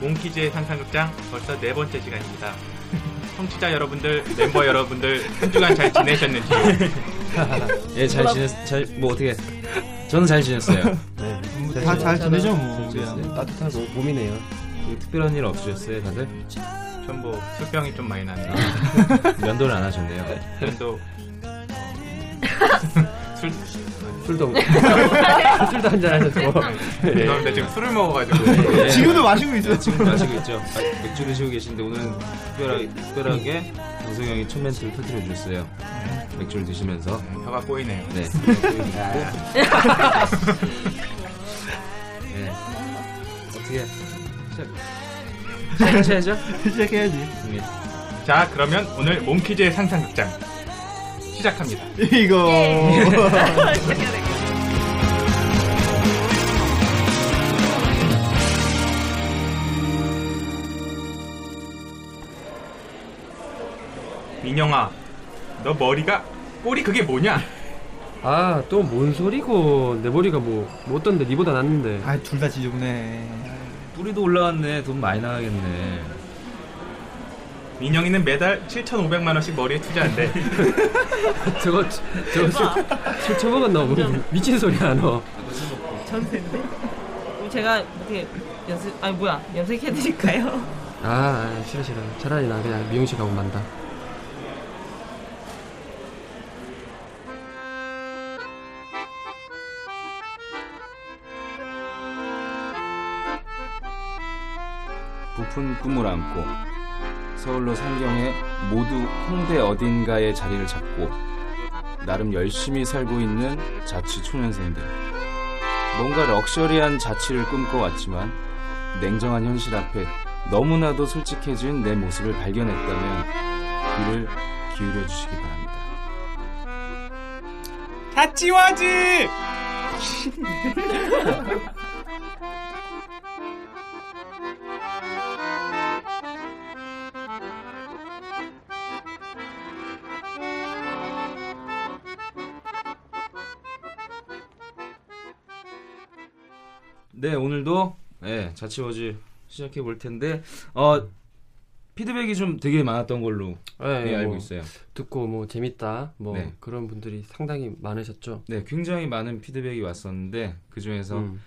몽키즈의 상상극장 벌써 네 번째 시간입니다. 청취자 여러분들, 멤버 여러분들 한 주간 잘 지내셨는지 예, 잘 지냈, 잘, 뭐 어떻게. 저는 잘 지냈어요. 네. 네. 다 잘 지내죠 뭐 지냈어요. 그냥 따뜻하고 봄이네요. 뭐 특별한 일 없으셨어요, 다들? 전부 술병이 좀 많이 나네요. 면도를 안 하셨네요. 그래도 술 술도, 술도 한잔 하셨고. 죄송합니다. 지금 술을 먹어가지고 예. 지금도 마시고 있어요 지금 마시고 있죠. 아, 맥주 드시고 계신데 오늘 특별하게, 특별하게 강성이 형이 첫 멘트를 터뜨려 주셨어요. 네. 맥주를 드시면서. 혀가 꼬이네요. 네. 네. 어떻게 시작? 시작해야죠? 네. 시작해야지 자, 그러면 오늘 몽키즈의 상상극장 시작합니다. 이거 민영아, 너 머리가 꼬리 그게 뭐냐? 아, 또 뭔 소리고. 내 머리가 뭐, 뭐 어떤데, 니보다 낫는데. 아 둘 다 지저분해 뿌리도 올라왔네. 돈 많이 나가겠네. 민영이는 매달 7,500만 원씩 머리에 투자한대. 저거, 저- 저거 술, 술 처먹었나, 뭐. 미친 소리야, 너. 전세인데? 그럼 제가 어떻게 연습, 아니 뭐야, 염색해드릴까요? 아, 아, 싫어, 싫어. 차라리 나 그냥 미용실 가고 만다. 부푼 꿈을 안고 서울로 상경해 모두 홍대 어딘가에 자리를 잡고 나름 열심히 살고 있는 자취 초년생들 뭔가 럭셔리한 자취를 꿈꿔왔지만 냉정한 현실 앞에 너무나도 솔직해진 내 모습을 발견했다면 귀를 기울여 주시기 바랍니다. 자치와지! 네, 오늘도 네, 자취워즈 시작해 볼 텐데 어, 피드백이 좀 되게 많았던 걸로 예, 예, 알고 뭐 있어요. 듣고 뭐, 재밌다. 뭐, 네. 그런 분들이 상당히 많으셨죠. 네, 굉장히 많은 피드백이 왔었는데 그 중에서 음.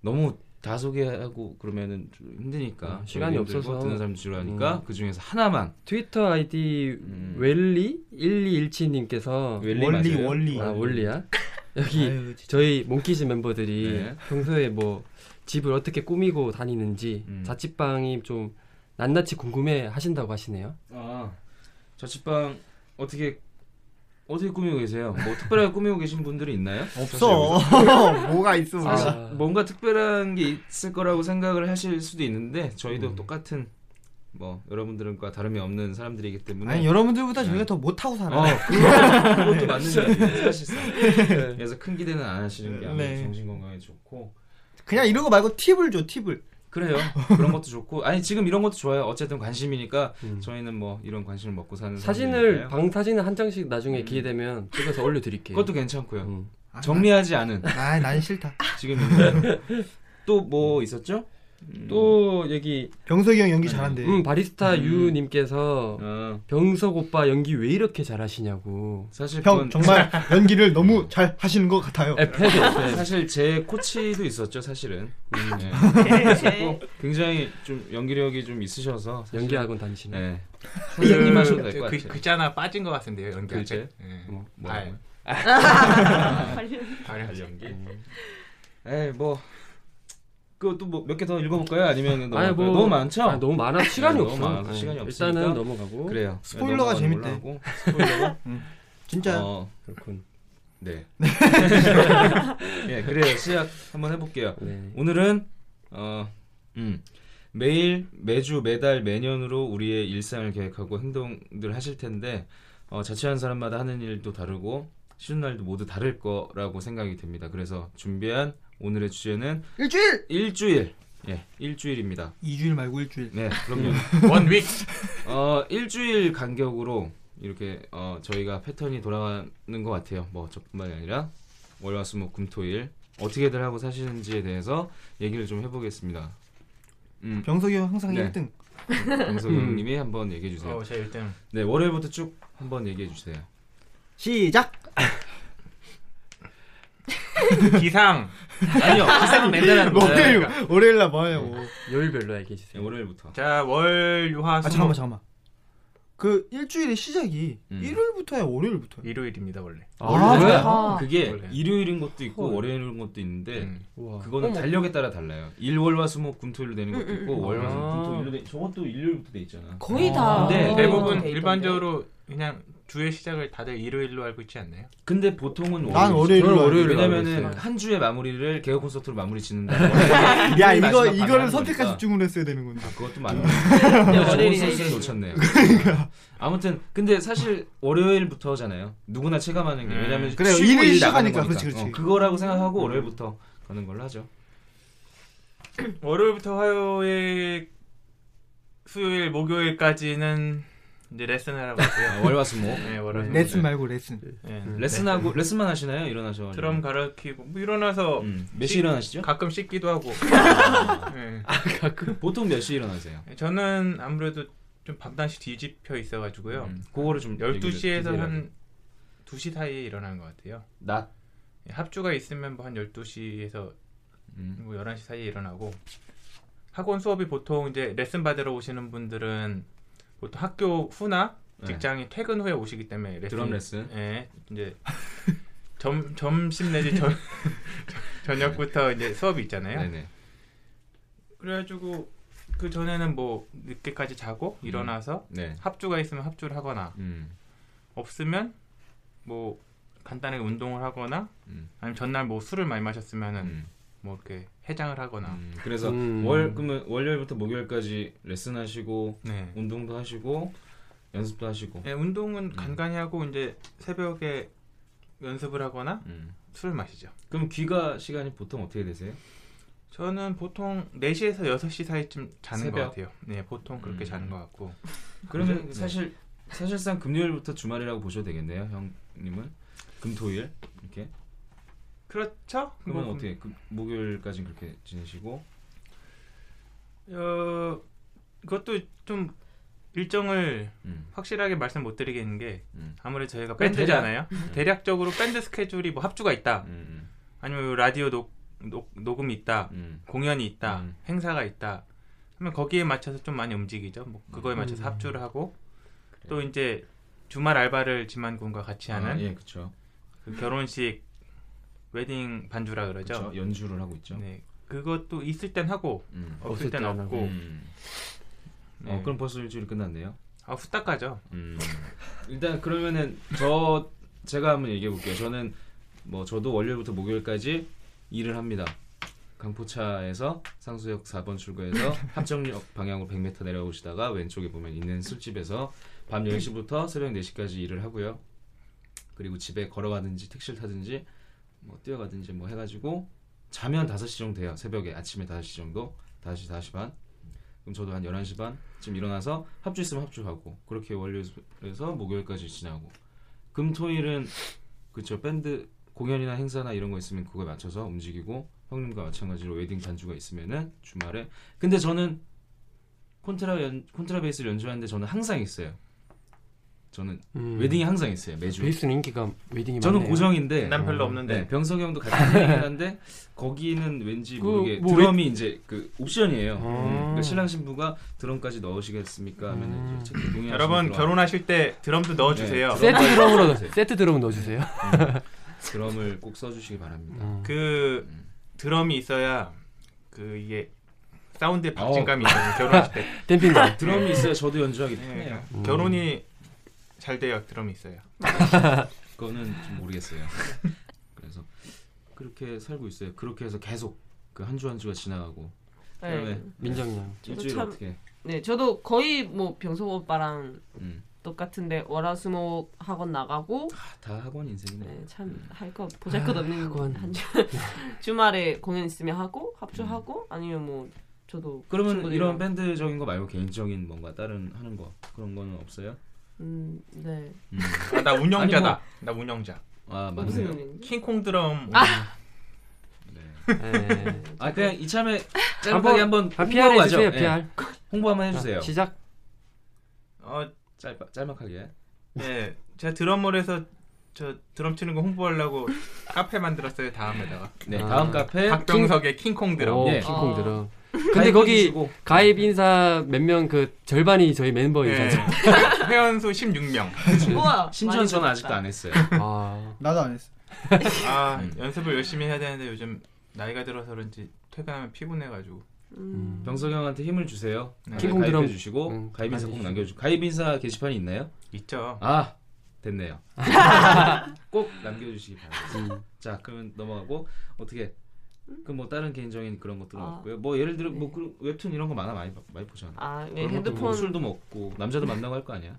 너무 다 소개하고 그러면은 좀 힘드니까 음, 시간이 저희도 힘들고 없어서. 듣는 사람 지루하니까 그 중에서 하나만 트위터 아이디, 음. 웰리1217님께서. 웰리 맞아요? 원리 원리 아, 원리야? 여기 아유, 진짜. 저희 몽키즈 멤버들이 네. 평소에 뭐 집을 어떻게 꾸미고 다니는지 음. 자취방이 좀 낱낱이 궁금해 하신다고 하시네요. 아, 자취방 어떻게 어떻게 꾸미고 계세요? 뭐 특별하게 꾸미고 계신 분들이 있나요? 없어 뭐가 있어 아. 우리가. 뭔가 특별한 게 있을 거라고 생각을 하실 수도 있는데 저희도 음. 똑같은 뭐 여러분들과 다름이 없는 사람들이기 때문에 아니 여러분들보다 네. 저희가 더 못하고 어, 살아 그거- 그것도 맞는 얘기예요 사실상 네. 그래서 큰 기대는 안 하시는 게 아무래도 네. 정신 건강에 좋고 그냥 이런 거 말고 팁을 줘 팁을 그래요 그런 것도 좋고 아니 지금 이런 것도 좋아요 어쨌든 관심이니까 음. 저희는 뭐 이런 관심을 먹고 사는 사진을 사람들이니까요. 방 사진을 한 장씩 나중에 음. 기회 되면 찍어서 올려드릴게요. 그것도 괜찮고요 음. 아. 정리하지 않은 아난 싫다 지금 또 뭐 있었죠 또 여기 병석이 형 연기 잘한대 음, 바리스타 음. 유님께서 아, 병석 오빠 연기 왜 이렇게 잘하시냐고. 사실 그건 형 정말 연기를 너무 잘 하시는 것 같아요 네. 에페 에페. 사실 제 코치도 있었죠 사실은 네. 네. 뭐 굉장히 좀 연기력이 좀 있으셔서 사실- 연기 학원 다니시는. 네. 선생님 하셔도 될 것 그, 같아요 예. 음. 글자 하나 빠진 것 같은데요, 연기할 글자요? 때. 예. 뭐, 뭐라고요? 발. 관련- 음. 잘해야지. 연기. 에이 뭐 그것도 뭐 몇 개 더 읽어볼까요? 아니면 아니, 넘어갈까요? 뭐- 너무 많죠? 아, 너무 많아 시간이 네, 없어. 너무 많아서 네, 시간이 일단은 없으니까. 넘어가고. 그래요. 뭐 스포일러가 넘어가는 걸로 재밌대. 음. 하고. 스포일러가? 진짜 어, 그렇군. 네. 예, 그래요. 시작 한번 해볼게요. 네. 오늘은 어, 음, 매일 매주 매달 매년으로 우리의 일상을 계획하고 행동들 하실 텐데 어, 자취하는 사람마다 하는 일도 다르고 쉬는 날도 모두 다를 거라고 생각이 됩니다. 그래서 준비한 오늘의 주제는 일주일, 일주일. 예, 일주일입니다. 이주일 말고 일주일. 네, 그럼요. 원 윅. 어, 일주일 간격으로 이렇게 어, 저희가 패턴이 돌아가는 것 같아요. 뭐 저뿐만이 아니라 월화수목금토일 어떻게들 하고 사시는지에 대해서 얘기를 좀 해보겠습니다. 음, 병석이 형 항상 네. 일 1등. 정석 형님이 한번 얘기해 주세요. 어, 제 1등. 네, 월요일부터 쭉 한번 얘기해 주세요. 시작. 기상. 네, 뭐, 그러니까. 아니요. 기사는 맨날 하는 월요일, 거예요. 네. 월요일 날 뭐하냐고. 요일별로 네, 얘기해 주세요. 월요일부터. 자, 월, 유화, 아 수, 잠깐만 잠깐만. 그 일주일의 시작이 음. 일요일부터야 월요일부터야. 일요일입니다, 원래. 아, 원래 아. 그게 원래. 일요일인 것도 있고 헐. 월요일인 것도 있는데 음. 우와. 그거는 달력에 따라 달라요. 일월화수목금토일로 되는 것도 음, 있고 음. 월화수목금토일로 되 저것도 일요일부터 돼 있잖아. 네, 거의 어. 다. 네, 근데 네, 대부분 돼 있던데. 일반적으로 그냥 주의 시작을 다들 일요일로 알고 있지 않나요? 근데 보통은 난그 월요일이죠. 월요일로 저는 알고 월요일로 왜냐면은 알고 한 주의 마무리를 개그 콘서트로 마무리 짓는다. 야 일요일 이거 마지막 이거를 방향으로 선택까지 하니까. 주문을 했어야 되는 건데. 아, 그것도 맞네. 월요일이네, 좋은 선수를 일요일. 놓쳤네요. 그러니까. 아무튼 근데 사실 월요일부터잖아요. 누구나 체감하는 게 음. 왜냐면 그래요. 쉬고 일을 일 나가는 시작하니까. 거니까. 그렇지, 그렇지. 어, 그거라고 생각하고 월요일부터 가는 걸로 하죠. 월요일부터 화요일, 수요일, 목요일까지는 이제 레슨을 하고 아, 있고요. 뭐? 월화수목 네, 월요일. 네. 레슨 말고 레슨. 네. 레슨하고 레슨만 하시나요? 일어나셔. 음. 네. 드럼 가르키고 뭐 일어나서 음. 몇시 일어나시죠? 가끔 씻기도 하고. 아. 네. 보통 몇 시 일어나세요? 저는 아무래도 좀 밤낮이 뒤집혀 있어가지고요. 음, 그거를 좀 12시에서 얘기를 한 2시 사이에 일어나는 것 같아요. 낮. 예, 합주가 있으면 뭐 한 12시에서 음. 뭐 11시 사이에 일어나고 학원 수업이 보통 이제 레슨 받으러 오시는 분들은 보통 학교 후나 네. 직장이 퇴근 후에 오시기 때문에 레슨 드럼 레슨. 예. 이제 점 점심 내지 저, 저- 저녁부터 이제 수업이 있잖아요. 네네. 그래가지고 그 전에는 뭐 늦게까지 자고 일어나서 네. 합주가 있으면 합주를 하거나 음. 없으면 뭐 간단하게 운동을 하거나 음. 아니면 전날 뭐 술을 많이 마셨으면은 음. 뭐 이렇게 해장을 하거나 음, 그래서 음. 월 그러면 월요일부터 목요일까지 레슨하시고 네. 운동도 하시고 연습도 하시고 네, 운동은 음. 간간히 하고 이제 새벽에 연습을 하거나 음. 술을 마시죠. 그럼 귀가 시간이 보통 어떻게 되세요? 저는 보통 4시에서 6시 사이쯤 자는 새벽? 것 같아요. 네, 보통 그렇게 음. 자는 것 같고. 그러면 네. 사실 사실상 금요일부터 주말이라고 보셔도 되겠네요, 형님은 금토일 이렇게 그렇죠? 그러면 뭐 어떻게 그, 목요일까지 그렇게 지내시고 어, 그것도 좀 일정을 음. 확실하게 말씀 못 드리겠는 게 음. 아무래도 저희가 그럼 밴드잖아요. 대략. 적으로 밴드 스케줄이 뭐 합주가 있다. 음, 아니면 뭐 라디오 녹, 녹, 녹음이 있다. 음, 음. 공연이 있다. 음. 행사가 있다. 하면 거기에 맞춰서 좀 많이 움직이죠. 뭐 그거에 음. 맞춰서 합주를 하고 또 이제 주말 알바를 지만군과 같이 하는 아, 예, 그렇죠. 그 결혼식 웨딩 반주라 그러죠. 그렇죠. 연주를 하고 있죠. 네. 그것도 있을 땐 하고 음. 없을 땐 없을 땐 없고 음. 네. 어, 그럼 벌써 일주일이 끝났네요. 아 후딱 가죠. 음. 일단 그러면은 저 제가 한번 얘기해 볼게요. 저는 뭐 저도 월요일부터 목요일까지 일을 합니다. 강포차에서 상수역 4번 출구에서 합정역 방향으로 100m 내려오시다가 왼쪽에 보면 있는 술집에서 밤 10시부터 새벽 4시까지 일을 하고요. 그리고 집에 걸어가든지 택시를 타든지 뭐 뛰어가든지 뭐 해가지고 자면 5시 정도 돼요. 새벽에 아침에 5시 정도 5시 5시 반 그럼 저도 한 11시 반쯤 일어나서 합주 있으면 합주하고 그렇게 월요일에서 목요일까지 지나고 금토일은 그쵸 밴드 공연이나 행사나 이런 거 있으면 그거에 맞춰서 움직이고 형님과 마찬가지로 웨딩 반주가 있으면은 주말에 근데 저는 콘트라 연, 콘트라 베이스를 연주하는데 저는 항상 있어요. 저는 음. 그 웨딩이 항상 있어요 매주. 베이스는 인기가 웨딩이 저는 많네요. 고정인데 난 별로 어, 없는데. 네, 병석이 형도 같이 하긴 한데 거기는 왠지 그, 모르게 뭐 드럼이 이제 그 옵션이에요. 아. 음, 그러니까 신랑 신부가 드럼까지 넣으시겠습니까? 하면 은 이제 책에 동의하시는 네. 여러분 드럼. 결혼하실 때 드럼도 넣어주세요. 네, 세트 드럼으로 세트 드럼 넣어주세요. 드럼을 꼭 써주시기 바랍니다. 그 음. 드럼이 있어야 그 이게 사운드의 어. 박진감이 있어요. 결혼할 때. 댐핑감. 드럼이 있어야 저도 연주하기 네, 편해요. 그러니까 음. 결혼이 잘 돼요. 드럼이 있어요. 그거는 좀 모르겠어요. 그래서 그렇게 살고 있어요. 그렇게 해서 계속 그 한 주 한 주가 지나가고 네. 그다음에 민정양. 저도 일주일 참- 어떻게? 네, 저도 거의 뭐 병석 오빠랑 음. 똑같은데 월화수목 학원 나가고 아, 다 학원 인생이네. 네, 참 할 거 보잘것없는 학원. 한 주, 주말에 공연 있으면 하고 음. 합주하고 아니면 뭐 저도 그러면 친구들이랑- 이런 밴드적인 거 말고 개인적인 뭔가 다른 하는 거 그런 거는 없어요? 음, 네. 음. 아, 나 운영자다. 아니, 나 운영자. 아 무슨 맞네요. 연예인? 킹콩 드럼. 네. 예. 아 그냥 이참에 한번- 짧게 한번 아, 홍보하고 PR 해주세요. 가죠. 예. PR. 홍보 한번 해주세요. 아, 시작. 어, 짧 짤막하게. 네. 제가 드럼몰에서 저 드럼 치는 거 홍보하려고 카페 만들었어요. 다음에다가. 네 아. 다음 카페 박병석의 킹콩 드럼. 네. 오, 예. 킹콩 어. 들어. 근데 가입해 거기 아, 주시고. 가입 인사 몇 명 그 절반이 저희 멤버 예. 네. 인사죠. 회원수 16명. 우와, 심지어 많이 저는 배웠다. 아직도 안 했어요. 아. 나도 안 했어. 아 음. 연습을 열심히 해야 되는데 요즘 나이가 들어서 그런지 퇴근하면 피곤해가지고 음. 병석 형한테 힘을 주세요. 네. 킹콩 드럼. 가입해 주시고 응, 가입 인사 꼭 남겨주시고. 남겨주고 가입 인사 게시판이 있나요? 있죠. 아 됐네요. 꼭 남겨주시기 바랍니다. 음. 자 그러면 넘어가고 어떻게 그 뭐 다른 개인적인 그런 것들은 아, 없고요. 뭐 예를 들어 네. 뭐 그런 웹툰 이런 거 많아 많이 봐- 많이 보잖아. 아, 네, 그런 것도 보고 핸드폰 네. 술도 먹고 남자도 만나고 할 거 아니야?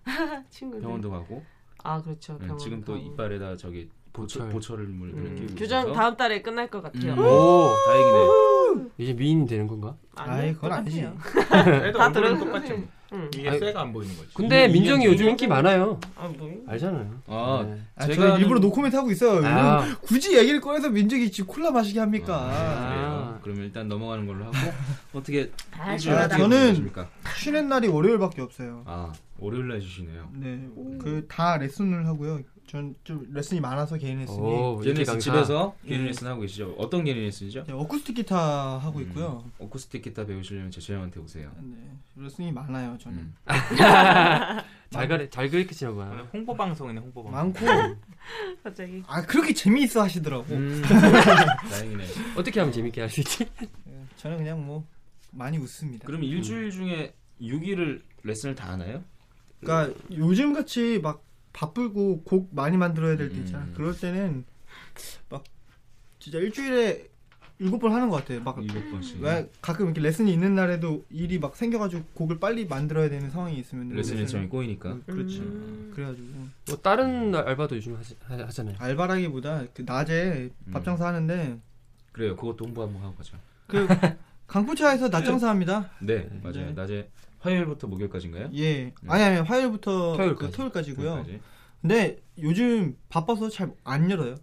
친구들. 병원도 가고 아, 그렇죠. 응, 병원. 예, 지금 또 가고. 이빨에다 저기 보철 보철. 보철을 물을 음, 끼고 교정 있어서. 다음 달에 끝날 것 같아요. 음. 오. 다행이네. 이제 미인이 되는 건가? 아니요, 아이, 그건 아니지. 똑같아요. 그래도 다 얼굴은 들어요. 똑같죠. 뭐. 응. 이게 아니, 쇠가 안 보이는 거지. 근데 이게 민정이 이게 요즘 인기 많아요. 아, 뭐. 알잖아요. 아 네. 아, 제가 제가 하는- 일부러 노코멘트 하고 아. 있어요. 왜냐면 굳이 얘기를 꺼내서 민정이 지금 콜라 마시게 아, 합니까? 그래요. 그러면 일단 넘어가는 걸로 하고 어떻게 아, 일주일에 아, 어떻게 저는- 보내십니까? 쉬는 날이 월요일밖에 없어요. 아 월요일 날 주시네요. 네, 그 다 레슨을 하고요. 전 좀 레슨이 많아서 개인 레슨이. 오, 인기 예니스 뭐 강사. 집에서 개인 예. 레슨 하고 계시죠? 어떤 개인 레슨이죠? 네, 어쿠스틱 기타 하고 음. 있고요. 어쿠스틱 기타 배우시려면 제철 형한테 오세요. 네, 레슨이 많아요. 저는 음. 잘 가래 잘 그리키시나 봐요. 오늘 아, 홍보 방송이네 홍보 방송. 많고 갑자기. 아 그렇게 재미있어 하시더라고. 음. 다행이네. 어떻게 하면 재밌게 할 수 있지? 예, 저는 그냥 뭐 많이 웃습니다. 그럼 일주일 중에 6일을 레슨을 다 하나요? 그러니까 요즘 같이 막 바쁘고 곡 많이 만들어야 될 때 있잖아. 음. 그럴 때는 막 진짜 일주일에 일곱 번 하는 것 같아요. 막 7번씩. 왜 가끔 이렇게 레슨이 있는 날에도 일이 막 생겨가지고 곡을 빨리 만들어야 되는 상황이 있으면 레슨 일정이 꼬이니까. 그- 그렇지. 음. 그래가지고 뭐 다른 알바도 요즘 하시, 하- 하잖아요. 알바라기보다 그 낮에 음. 밥 장사 하는데 그래요. 그것도 홍보 한번 하고 가죠. 그 강포차에서 낮 장사합니다. 네, 맞아요. 네. 낮에 화요일부터 목요일까지인가요? 예, 음. 아니 아니 화요일부터 토요일까지. 그 토요일까지고요. 목요일까지. 근데 요즘 바빠서 잘 안 열어요.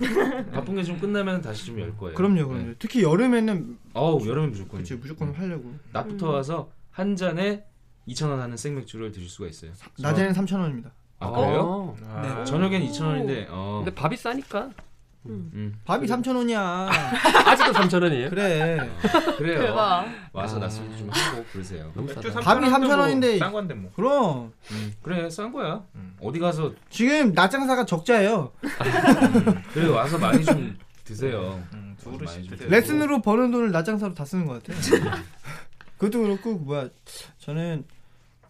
음. 바쁜 게 좀 끝나면 다시 좀 열 거예요. 그럼요, 그럼요. 네. 음. 특히 여름에는 어우, 여름엔 무조건. 그치 무조건 하려고. 낮부터 음. 와서 한 잔에 2,000원 하는 생맥주를 드실 수가 있어요. 낮에는 3천 원입니다. 아, 그래요? 어. 네, 아, 저녁엔 2,000원인데. 어. 근데 밥이 싸니까 음. 밥이 3천 원이야. 아직도 3천 원이에요. 그래. 그래요. 대박. 와서 아. 낮술도 좀 하고 그러세요. 음. 너무 맥주 싸다. 3,000원 밥이 도 3,000원 뭐 인데. 싼 건데 뭐. 그럼 음, 그래 싼 거야. 음. 어디 가서 지금 낮 장사가 적자예요. 음, 그래 와서 많이 좀 드세요. 음, 두 어, 많이 그릇씩 좀 드세요. 네. 레슨으로 버는 돈을 낮 장사로 다 쓰는 것 같아. 그것도 그렇고 뭐야 저는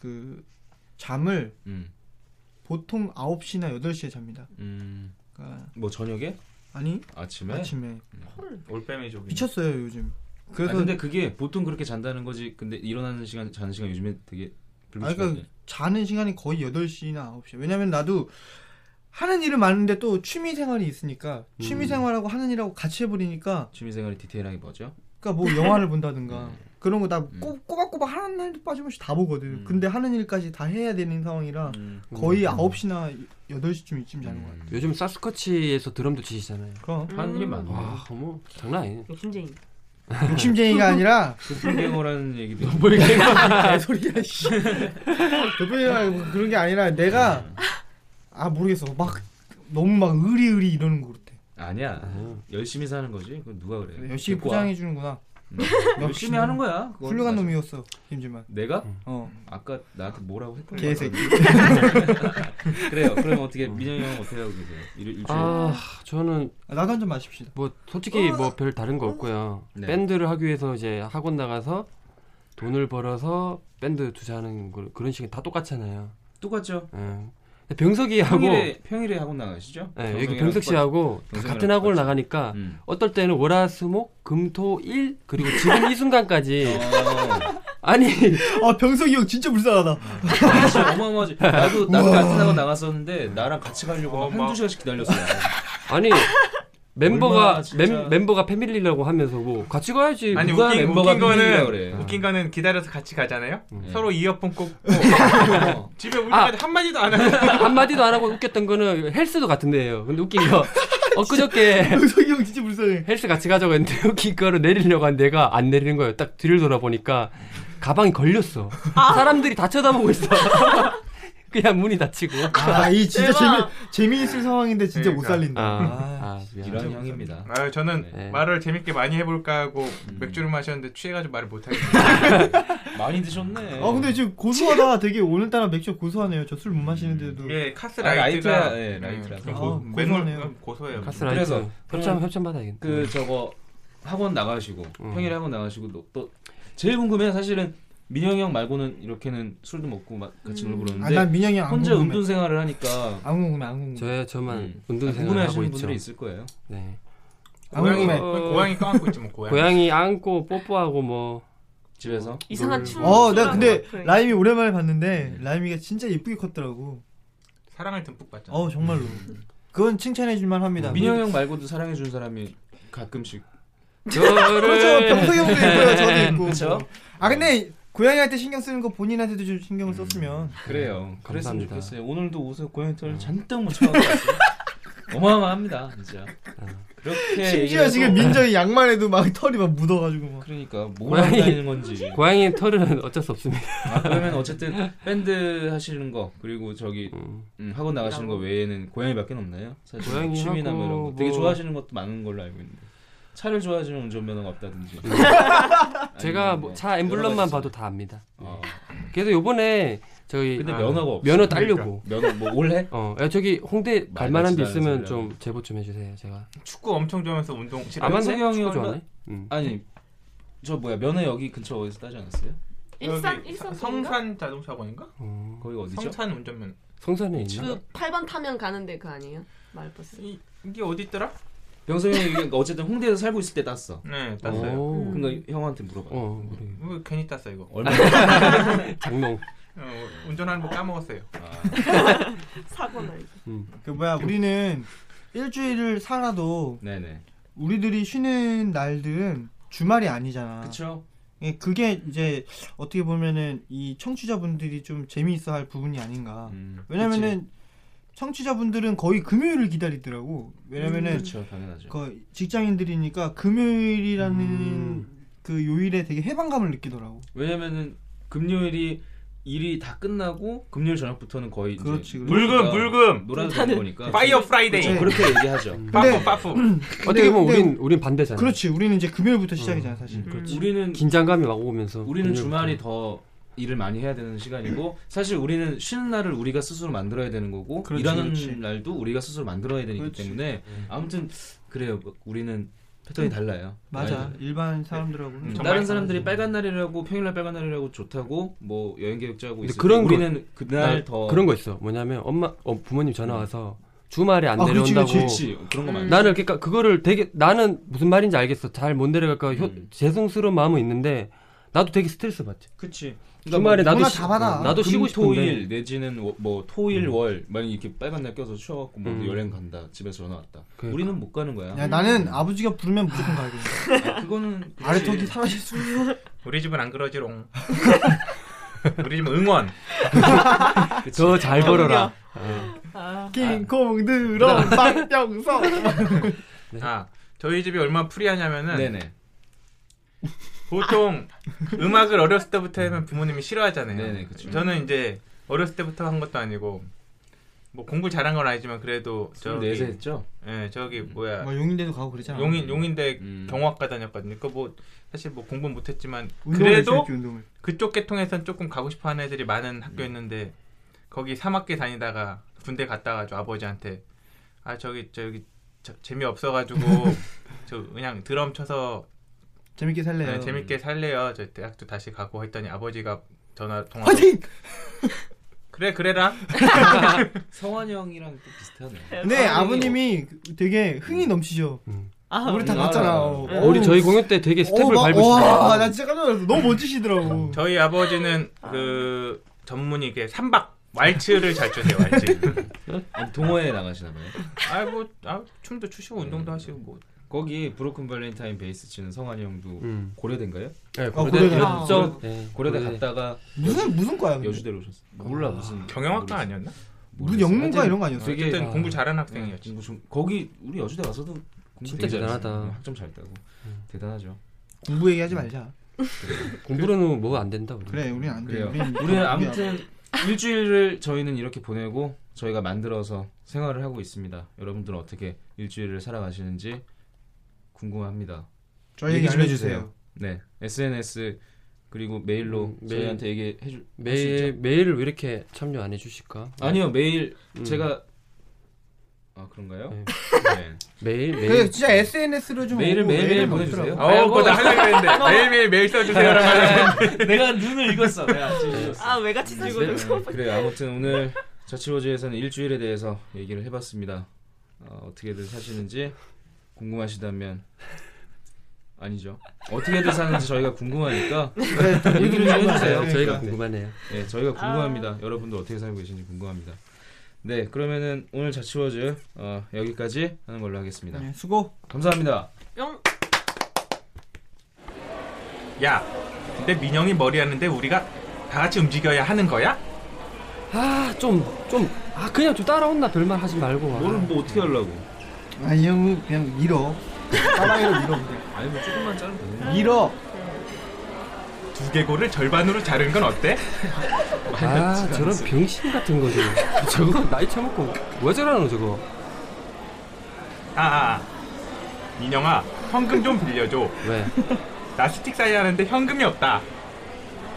그 잠을 음, 보통 9시나 8시에 잡니다. 음. 그러니까 뭐 저녁에 아니 아침에 아침에 올빼미 조개. 미쳤어요 요즘. 그래서 그래서 네. 아, 근데 그게 보통 그렇게 잔다는 거지. 근데 일어나는 시간 자는 시간 요즘에 되게 아, 불규칙하게. 그러니까 자는 시간이 거의 8시나 9시. 왜냐면 나도 하는 일은 많은데 또 취미 생활이 있으니까 음. 취미 생활하고 하는 일하고 같이 해버리니까 취미 생활이 디테일하게 뭐죠? 그러니까 뭐 영화를 본다든가 음. 그런 거 나 음. 꼬박꼬박 하는 날도 빠짐없이 다 보거든. 음. 근데 하는 일까지 다 해야 되는 상황이라 음. 거의 9시나 8시쯤 이쯤 아, 음. 자는 것 같아. 요즘 사스커치에서 드럼도 치시잖아요. 그럼 하는 일이 많네. 와, 뭐 장난 아니에요. 욕심쟁이. 욕심쟁이가 아니라 도플갱어라는 얘기도 개소리야 씨. 대표님아 그런 게 아니라 내가 음. 아 모르겠어 막 너무 막 네, 의리의리 이러는 거 같아. 아니야. 열심히 사는 거지. 그건 누가 그래? 열심히 듣고 와. 음. 포장해 주는구나. 열심히 하는 거야. 그건. 훌륭한 맞아. 음. 놈이었어 김지만. 내가 어 아까 나한테 뭐라고 했던 거야? 개새끼. 그래요. 그럼 어떻게 민영이 형은 어떻게 하고 계세요? 일, 일주일. 아 저는 아, 나도 한 잔 마십시다. 뭐 솔직히 뭐 별 다른 거 없고요. 네. 밴드를 하기 위해서 이제 학원 나가서 돈을 벌어서 밴드 투자하는 걸 그런 식은 다 똑같잖아요. 똑같죠. 예. 근데 병석이하고 평일에 평일에 학원 나가시죠? 예, 병성이랑 여기 병석 똑같- 씨하고 다 병성이랑 같은 학원을 똑같이. 나가니까 음. 어떨 때는 월화수목 금토 일 그리고 지금 이 순간까지 어, 아니 아 병석이 형 진짜 불쌍하다. 진짜 그렇죠. 어마어마하지. 나도 나도 같은 학원 나갔었는데 나랑 같이 가려고 어, 막 막- 한두 시간씩 기다렸어요. 아니 얼마나 멤버가 진짜- 멤, 멤버가 패밀리라고 하면서 뭐 같이 가야지 아니 누가 웃긴, 멤버가 웃긴 거는 팬이라 그래. 웃긴 거는 기다려서 같이 가잖아요. 음. 서로 이어폰 꽂고 어. 집에 올 때까지 한 마디도 안 하고 그러니까 한마디도 안 하고 웃겼던 거는 헬스도 같은데요. 근데 웃긴 거 엊그저께 병석이 형 진짜 불쌍해. 헬스 같이 가자고 했는데 웃긴 거를 내리려고 한 내가 안 내리는 거예요. 딱 뒤를 돌아보니까 가방이 걸렸어. 아. 사람들이 다 쳐다보고 있어. 그냥 문이 닫히고. 아이 진짜 대박. 재미 재미있을 상황인데 진짜 못 그러니까. 살린다. 아, 아, 미안. 이런 형입니다. 아유, 저는 네. 말을 재밌게 많이 해볼까 하고 맥주를 마셨는데 취해가지고 말을 못하겠어요. 많이 드셨네. 아 근데 지금 고소하다 되게 오늘따라 맥주 고소하네요. 저 술 못 마시는데도. 이게 예, 카스 아, 라이트야. 라이트가 네, 라이트라서. 음, 아, 고, 고소하네요. 맨날 고소해요. 가스 라이트. 그래서 협찬 협찬 받아야겠네. 그 저거 학원 나가시고 음. 평일에 학원 나가시고 또, 또 제일 궁금해 사실은 민영이 형 말고는 이렇게는 술도 먹고 막 같이 놀고 아 그러는데 난 민영이 안 혼자 궁금해. 은둔 생활을 하니까 안 궁금해 안 궁금해. 저야 저만 음. 운동 생활 하고 궁금해하시는 있죠. 분들이 있을 거예요. 네. 안 고양이 궁금해. 어. 고양이 까먹고 있지 뭐 고양이. 고양이 안고 뽀뽀하고 뭐 집에서 이상한 춤. 어, 추라고 나 근데 막 그래. 라임이 오랜만에 봤는데 음. 라임이가 진짜 예쁘게 컸더라고. 사랑을 듬뿍 받잖아. 음, 어 정말로. 그건 칭찬해 줄만 합니다. 음. 민영이 형 말고도 사랑해 준 사람이 가끔씩 그렇죠. 저를 평소 형도 있고요. 저도 있고. 네. 그쵸? 아 근데 고양이한테 신경 쓰는 거 본인한테도 좀 음. 신경을 썼으면. 그래요. 그랬으면 감사합니다. 좋겠어요. 오늘도 옷에 고양이 털 잔뜩 묻혀가지고 왔어요. 어마어마합니다, 진짜. 그렇게 심지어 얘기해서 지금 민정이 양말에도 막 털이 막 묻어가지고 막. 그러니까 뭐라고 고양이- 다니는 건지. 고양이 털은 어쩔 수 없습니다. 아, 그러면 어쨌든 밴드 하시는 거 그리고 저기 음. 음, 학원 나가시는 거 외에는 고양이밖에 없나요? 사실 고양이하고 취미나 뭐 이런 거 되게 뭐- 좋아하시는 것도 많은 걸로 알고 있는데 차를 좋아하시는 운전면허가 없다든지. 음. 제가 아니면 뭐 뭐 차 여러 엠블럼만 가지 봐도 다 압니다. 어, 그래서 요번에 저희 근데 아, 면허가 없어. 면허 따려고 면허 뭐 올해? 어 야, 저기 홍대 말같이 갈 만한 데 나는 소리야. 있으면 좀 제보 좀 해주세요 제가 축구 엄청 좋아하면서 운동 그 싫어. 아마 성이 형이 축구 얼마- 좋아하네 음. 아니 저 뭐야 면허 여기 근처 어디서 따지 않았어요? 일산 여기 일산 성산 자동차학원인가? 어. 거기 어디죠? 성산 운전면 성산에 있나? 어, 그 8번 타면 가는데 그 아니에요? 마을버스. 이, 이게 어디 있더라? 병성이 형이 이게 어쨌든 홍대에서 살고 있을 때 땄어. 네 땄어요. 오. 음. 그러니까 형한테 물어봐. 요 어 우리 이거 괜히 땄어 이거. 얼마? 장롱 어, 운전하는 거 까먹었어요. 사고 날. 그 뭐야 우리는 일주일을 살아도 네네. 우리들이 쉬는 날들은 주말이 아니잖아. 그쵸? 예, 그게 이제 어떻게 보면은 이 청취자분들이 좀 재미있어 할 부분이 아닌가. 음, 왜냐면은 청취자분들은 거의 금요일을 기다리더라고. 왜냐면은 음, 그쵸 그렇죠, 당연하죠. 그 직장인들이니까 금요일이라는 음. 그 요일에 되게 해방감을 느끼더라고. 왜냐면은 금요일이 일이 다 끝나고 금요일 저녁부터는 거의 이제 그렇지, 그렇지. 물금, 물금! 놀아도 되는 거니까 파이어 프라이데이. 그렇죠, 그렇게 음. 얘기하죠. 네. 빠프 빠프. 어떻게 보면 근데- 우린 우린 반대잖아 그렇지. 우리는 이제 금요일부터 시작이잖아, 사실. 네. 음, 그렇지. 우리는 긴장감이 막 오면서 우리는 금요일부터. 주말이 더 일을 많이 해야 되는 시간이고 사실 우리는 쉬는 날을 우리가 스스로 만들어야 되는 거고 그렇지, 일하는 그렇지. 날도 우리가 스스로 만들어야 되기 그렇지. 때문에 아무튼 그래요. 뭐 우리는 패턴이 달라요. 많이 맞아. 달라요. 일반 사람들하고는. 음, 좀- 정말 다른 사람들이 빨간 날이라고 평일날 빨간 날이라고 좋다고 뭐 여행 계획짜고 근데 있을 그런 때 거- 우리는 그날 나 더 그런 거 있어 뭐냐면 엄마 어, 부모님 전화 와서 주말에 안 음. 아, 그렇지, 내려온다고 그렇지 그런 거 음. 많아. 나는 그러니까 그거를 되게 나는 무슨 말인지 알겠어. 잘 못 내려갈까 효, 음. 죄송스러운 마음은 있는데 나도 되게 스트레스 받지. 그치. 주말에 나도 누구나 쉬- 그러니까 뭐 다 받아. 어, 나도 쉬고 싶은데. 토일 내지는 워- 뭐 토일 월 만약 이렇게 빨간 날 껴서 쉬어갖고 뭐 음. 여행 간다 집에서 전화 왔다. 그러니까. 우리는 못 가는 거야. 야, 나는 아버지가 부르면 무조건 가야 돼. 음. 아, 그거는 그렇지. 아래턱이 사라질 수 있어. 우리 집은 안 그러지롱. 우리 집은 응원. 저 잘 벌어라. 킹콩드럼 박병석. 네. 아 저희 집이 얼마나 프리하냐면은 네네. 보통 음악을 어렸을 네, 그렇죠. 때부터 하면 부모님이 싫어하잖아요. 네네, 그쵸. 저는 이제 어렸을 때부터 한 것도 아니고 뭐 공부 잘한 건 아니지만 그래도 저기 24세 했죠? 예, 저기 뭐야 뭐 용인대도 가고 그러잖아. 용인 용인대 음. 경호학과 다녔거든요. 그뭐 사실 뭐 공부 못했지만 운동을 했어, 그래도 이렇게 운동을. 그쪽 계통에선 조금 가고 싶어하는 애들이 많은 학교였는데 거기 3학기 다니다가 군대 갔다가지고 아버지한테 아 저기 저기 저- 재미없어가지고 저 그냥 드럼 쳐서 재밌게 살래요. 네, 재밌게 살래요. 저 대학도 다시 가고 했더니 아버지가 음. 전화 통화 화이팅! 그래 그래라 성환이 형이랑 또 비슷하네. 네 음. 아버님이 되게 흥이 넘치죠. 아, 우리 다 봤잖아. 어. 네. 우리 저희 공연 때 되게 스텝을 어, 막- 와, 나 밟으시더라고요. 진짜 깜짝 놀랐어. 너무 멋지시더라고. 저희 아버지는 그 전문이 이게 삼박 왈츠를 잘 추세요 왈츠. 아니, 동호회 나가시나 봐요. 아이고 아, 춤도 추시고 운동도 하시고 뭐 거기 브로큰 발렌타인 베이스 치는 성환이 형도 음. 고려대인가요? 네, 고려대. 고려대 아, 그랬죠. 네, 고려대 갔다가 무슨 무슨 과야? 근데? 여주대로 오셨어. 몰라, 무슨 경영학과 아니었나? 무슨 영문과 이런 거 아니었어? 되게- 어쨌든 아. 공부 잘하는 네, 학생이었지. 공부 좀 거기 우리 여주대 와서도 공부 진짜 되게 잘했어요. 대단하다. 네, 학점 잘 따고 대단하죠. 공부 얘기하지 말자. 공부로는 뭐가 안 된다 우리. 그래, 우린 안 돼. 그래요. 우린 우리 아무튼 일주일을 저희는 이렇게 보내고 저희가 만들어서 생활을 하고 있습니다. 여러분들은 어떻게 일주일을 살아가시는지 궁금합니다. 저희 얘기 얘기 좀 좀 해주세요. 네, SNS 그리고 메일로 음, 메일. 저희한테 얘기해 줄 매일 매일을 왜 이렇게 참여 안 해주실까? 아니요 메일 음. 제가 아 그런가요? 네. 네. 매일 매일 그 진짜 SNS로 좀 메일을 오고 매일매일 메일을 보내주세요. 보내더라고. 어우 그거 나 하려고 했는데 매일매일 메일 써주세요라고 하려고 내가 눈을 읽었어. 내가 아주 읽었어. 아, 왜 같이 들고 네, 있는 거? 그래 아무튼 오늘 자치워즈에서는 일주일에 대해서 얘기를 해봤습니다. 어, 어떻게들 사시는지 궁금하시다면 아니죠. 어떻게들 사는지 저희가 궁금하니까 얘기를 좀 해주세요. 네, 저희가 네. 네. 궁금하네요. 네, 저희가 궁금합니다. 여러분들 어떻게 살고 계신지 궁금합니다. 네, 그러면은 오늘 자치워즈 어, 여기까지 하는 걸로 하겠습니다. 네, 수고. 감사합니다. 뿅. 야, 근데 민영이 머리 하는데 우리가 다 같이 움직여야 하는 거야? 아, 좀, 좀, 아, 그냥 좀 따라온다. 별말 하지 말고. 아. 너는 뭐 어떻게 하려고? 아니 형은 그냥 밀어. 따라해로 밀어 그냥. 아니 뭐 조금만 자르면 되는 거. 밀어. 두개골을 절반으로 자른 건 어때? 아, 저런 병신 같은 거지. 저거 나이 처먹고 왜 저러노, 저거. 아, 아, 아. 민영아, 현금 좀 빌려줘. 왜? 나 스틱 사이 하는데 현금이 없다.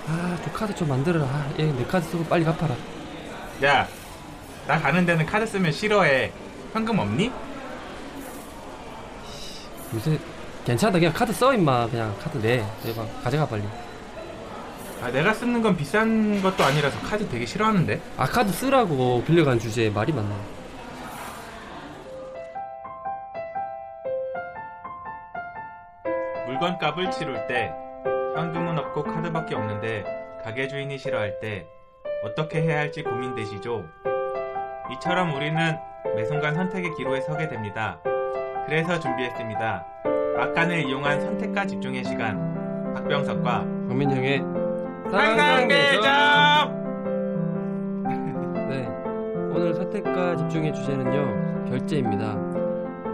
아, 저 카드 좀 만들어라. 아, 얘, 내 카드 쓰고 빨리 갚아라. 야, 나 가는 데는 카드 쓰면 싫어해. 현금 없니? 요새 괜찮다. 그냥 카드 써, 임마. 그냥 카드 내. 내가 가져가, 빨리. 아, 내가 쓰는 건 비싼 것도 아니라서 카드 되게 싫어하는데. 아, 카드 쓰라고 빌려간 주제에 말이 많네. 물건값을 치룰 때 현금은 없고 카드밖에 없는데 가게 주인이 싫어할 때 어떻게 해야 할지 고민되시죠? 이처럼 우리는 매순간 선택의 기로에 서게 됩니다. 그래서 준비했습니다. 막간을 이용한 선택과 집중의 시간 박병석과 박민영의 상상계좌 네. 오늘 선택과 집중의 주제는요, 결제입니다.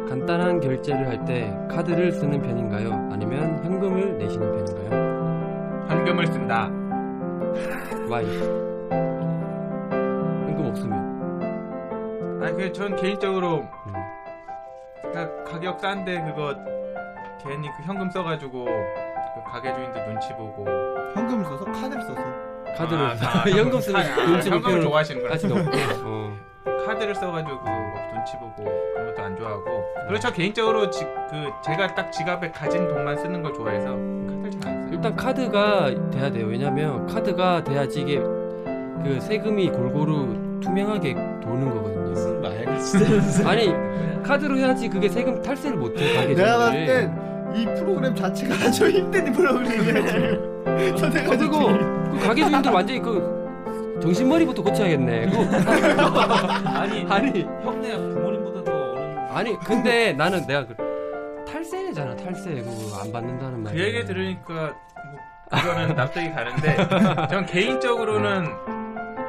간단한 결제를 할 때 카드를 쓰는 편인가요? 아니면 현금을 내시는 편인가요? 현금을 쓴다. 와이. 현금 없으면. 아, 그 전 개인적으로 음. 그냥 가격 싼데 그거 괜히 그 현금 써가지고 그 가게 주인도 눈치 보고 현금 써서 카드를 써서. 카드를. 아, 아, 현금 현금 쓰는 아, 눈치 볼 현금을 필요는 좋아하시는 거예요. 아직 없고. 어. 카드를 써가지고 막 눈치 보고 그런 것도 안 좋아하고 음. 그리고 저 개인적으로 지, 그 제가 딱 지갑에 가진 돈만 쓰는 걸 좋아해서 카드를 잘 안 써요 일단 카드가 돼야 돼요. 왜냐면 카드가 돼야지 이게 그 세금이 골고루 투명하게 도는 거거든요. 마약을 쓰면서. 아니, 카드로 해야지 그게 세금 탈세를 못해 네, 가게 내가 봤을 땐 이 프로그램 자체가 아주 힘든 프로그램이야 지금. 선택과 그리고 집중이. 그 가게 주인들 완전히 그 정신머리부터 고쳐야겠네. 그 아니 아니 형네 부모님보다 더 어른. 아니 근데 나는 내가 그 탈세잖아 탈세 그거 안 받는다는 말. 그 얘기 들으니까 뭐 그거는 납득이 가는데 전 개인적으로는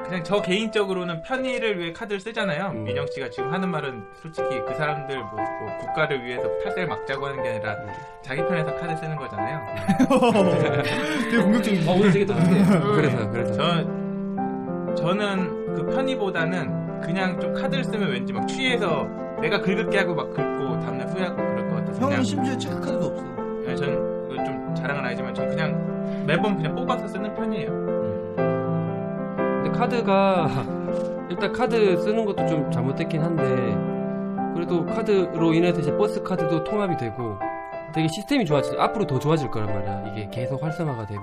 그냥 저 개인적으로는 편의를 위해 카드를 쓰잖아요 음. 민영 씨가 지금 하는 말은 솔직히 그 사람들 뭐, 뭐 국가를 위해서 탈세를 막자고 하는 게 아니라 음. 자기 편에서 카드 쓰는 거잖아요 되게 공격적인. 어 우리 되게 똑똑해. 그래서 그래서 저 저는 그 편의보다는 그냥 좀 카드를 쓰면 왠지 막 취해서 내가 긁을게 하고 막 긁고 다음날 후회하고 그럴 것 같아서 형은 그냥 심지어 체크카드도 없어. 예, 전 이거 좀 자랑은 아니지만 전 그냥 매번 그냥 뽑아서 쓰는 편이에요. 근데 카드가 일단 카드 쓰는 것도 좀 잘못됐긴 한데 그래도 카드로 인해서 이제 버스 카드도 통합이 되고 되게 시스템이 좋아질 앞으로 더 좋아질 거란 말이야 이게 계속 활성화가 되면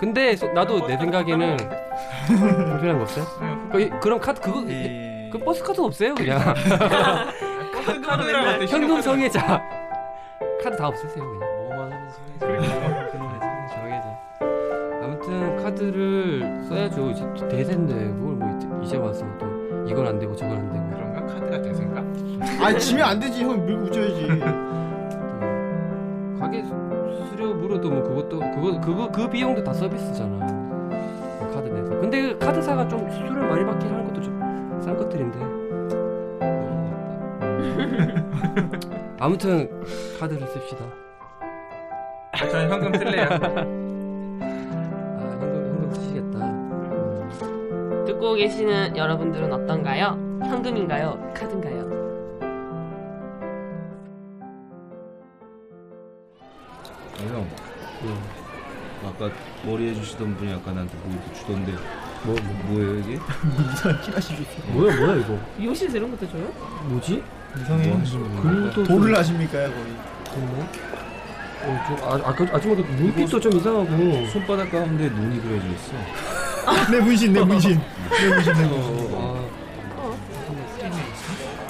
근데 소- 나도 내 생각에는 불편한 거 없어요? 그, 그럼 카드 그거 에이. 그 버스 카드 없어요 그냥 아, 카드랑 어때? 현금 성애자 카드 다 없으세요 그냥 뭐만 하는 소리 네. 그놈의 정해져. 아무튼 카드를 써야죠. 이제 또 대세인데 그걸 뭐 이제- 이제 와서 또 이건 안 되고 저건 안 되고. 그런가? 카드가 대세인가? 아 지면 안 되지 형 밀고 붙여야지. 또 음. 가게 수- 수료무료도 뭐 그것도 그거 그거 그 비용도 다 서비스잖아. 그 카드 내서. 근데 그 카드사가 좀 수수료를 많이 받긴 하는 것도 좀 싼 것들인데. 너무 같다. 음. 아무튼 카드를 씁시다. 아, 저는 현금 쓸래요. 아 현금 현금 쓰시겠다. 음. 듣고 계시는 여러분들은 어떤가요? 현금인가요? 카드인가요? 형 음. 네. 아까 머리 해주시던 분이 아까 나한테 뭐 이렇게 주던데 뭐, 뭐, 예요 이게? 뭐야 뭐야 이거? 미용실에서 이런 것도 줘요? 뭐지? 이상해. 그리고 또 돌을 아십니까요 거의. 어, 저, 아, 아까 아줌마도 눈빛도 좀 이상하고. 손바닥 가운데 눈이 그려져 있어 내 문신 내 문신. 내 문신 내 문신. 아,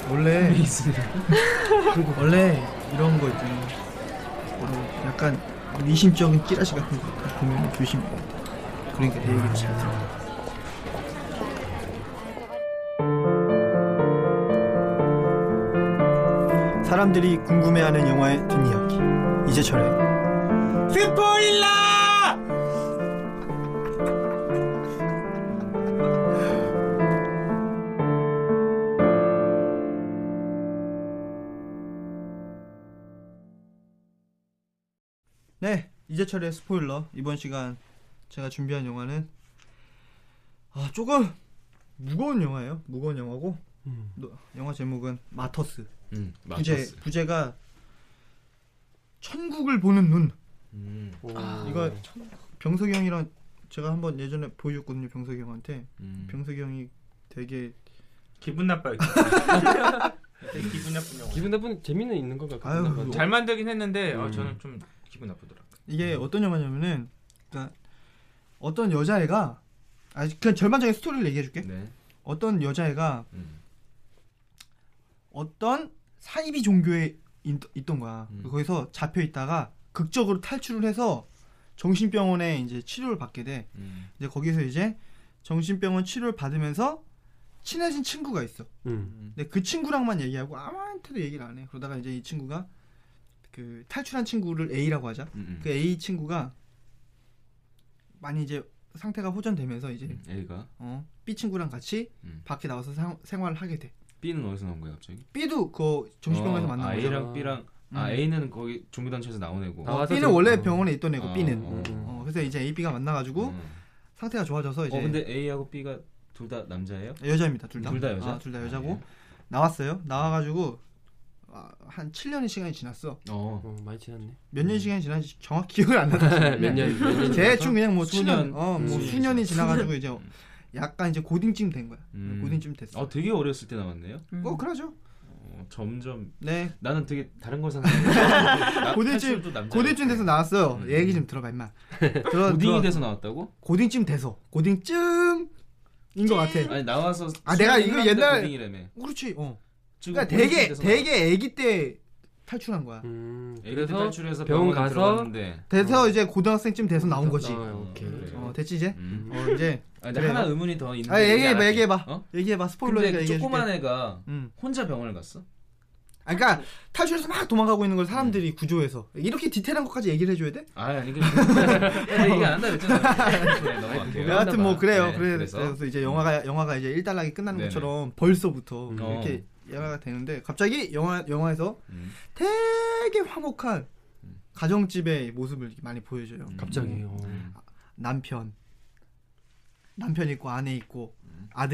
원래 그리고 원래 이런 거 있잖아. 뭐 약간 미심적인 끼라시 같은 거 보면 조심해야 돼. 그러니까 내 얘기를 잘 들어. 사람들이 궁금해하는 영화의 뒷이야기 이제철의 스포일러 네, 이제철의 스포일러 이번 시간 제가 준비한 영화는 아 조금 무거운 영화예요. 무거운 영화고 음. 노- 영화 제목은 마터스. 응 부제 맞았어. 부제가 천국을 보는 눈. 음, 아, 어. 이거 병석이 형이랑 제가 한번 예전에 보여줬거든요. 병석이 형한테 음. 병석이 형이 되게 기분 나빠요. 어? 되게 기분 나쁜 영화. 기분 나쁜 재미는 있는 건가? 기분 아유, 나쁜- 잘 만들긴 했는데 어, 음. 저는 좀 기분 나쁘더라고요. 이게 어떤 영화냐면은 그러니까 어떤 여자애가 아 그냥 절반적인 스토리를 얘기해줄게. 네. 어떤 여자애가 음. 어떤 사이비 종교에 있, 있던 거야. 음. 거기서 잡혀 있다가 극적으로 탈출을 해서 정신병원에 이제 치료를 받게 돼. 음. 이제 거기서 이제 정신병원 치료를 받으면서 친해진 친구가 있어. 음. 근데 그 친구랑만 얘기하고 아무한테도 얘기를 안 해. 그러다가 이제 이 친구가 그 탈출한 친구를 A라고 하자. 음, 음. 그 A 친구가 많이 이제 상태가 호전되면서 이제 음, A가 어, B 친구랑 같이 음. 밖에 나와서 상- 생활을 하게 돼. B는 어디서 나온 거야 갑자기? B도 그 정신병원에서 어, 만난 아, 거야. A랑 B랑 아 음. A는 거기 종교단체에서 나온 애고 아, 와서 뭐 B는 좀- 원래 어. 병원에 있던 애고 아, B는 어. 어, 그래서 이제 A, B가 만나가지고 음. 상태가 좋아져서 이제 어 근데 A하고 B가 둘 다 남자예요? 여자입니다 둘 다. 둘 다 여자? 아, 둘 다 여자고 아, 나왔어요. 나와가지고 아, 한 7년의 시간이 지났어. 어 어, 많이 지났네. 몇 음. 년 시간이 지났는지 정확히 기억을 안 나. 몇 년? 몇 년? 대충 그냥 뭐 수년, 수년. 음. 어, 뭐 수년이 수년이 지나가지고 이제 약간 이제 고딩쯤 된 거야. 음. 고딩쯤 됐어. 어, 되게 어렸을 때 나왔네요. 어, 그러죠. 어, 점점 네, 나는 되게 다른 걸 생각했는데 고딩쯤- 고딩쯤 돼서 나왔어요. 음. 얘기 좀 들어봐 임마. 들어, 고딩이 들어. 돼서 나왔다고? 고딩쯤 돼서 고딩쯤인 것 같아. 아니 나와서 아, 내가 이거 수능했는데 옛날- 고딩이라며. 그렇지. 어. 지금 그러니까 고딩쯤 되게 돼서 되게 아기 때 탈출한 거야. 음, 나왔- 애기 때 그래서 탈출해서 병원 병원 가서- 가서 들어갔는데 돼서 이제 고등학생쯤 돼서 나온 거지. 아, 오케이. 음, 그래요. 어, 됐지 이제? 음. 어, 이제 아, 근데 그래요? 하나 의문이 더 있는데 아 얘기해봐 얘기 안 얘기해봐 할게. 어? 얘기해봐 스포일러니까 근데 얘기해줄게 조그만 애가 음. 혼자 병원을 갔어? 아 그니까 탈출해서 막 도망가고 있는 걸 사람들이 네. 구조해서 이렇게 디테일한 것까지 얘기를 해줘야 돼? 아 아니 이게 얘기 안 한다 그랬잖아. 네, 넘어갈게요. 여하튼 뭐 그래요 네, 그래, 그래서? 그래서. 이제 영화가 영화가 이제 1단락이 끝나는 네네. 어. 것처럼 벌써부터 음. 이렇게 영화가 되는데 갑자기 영화, 영화에서 음. 되게 화목한 가정집의 모습을 이렇게 많이 보여줘요 음. 갑자기. 어. 음. 남편 남편 있고 아내 있고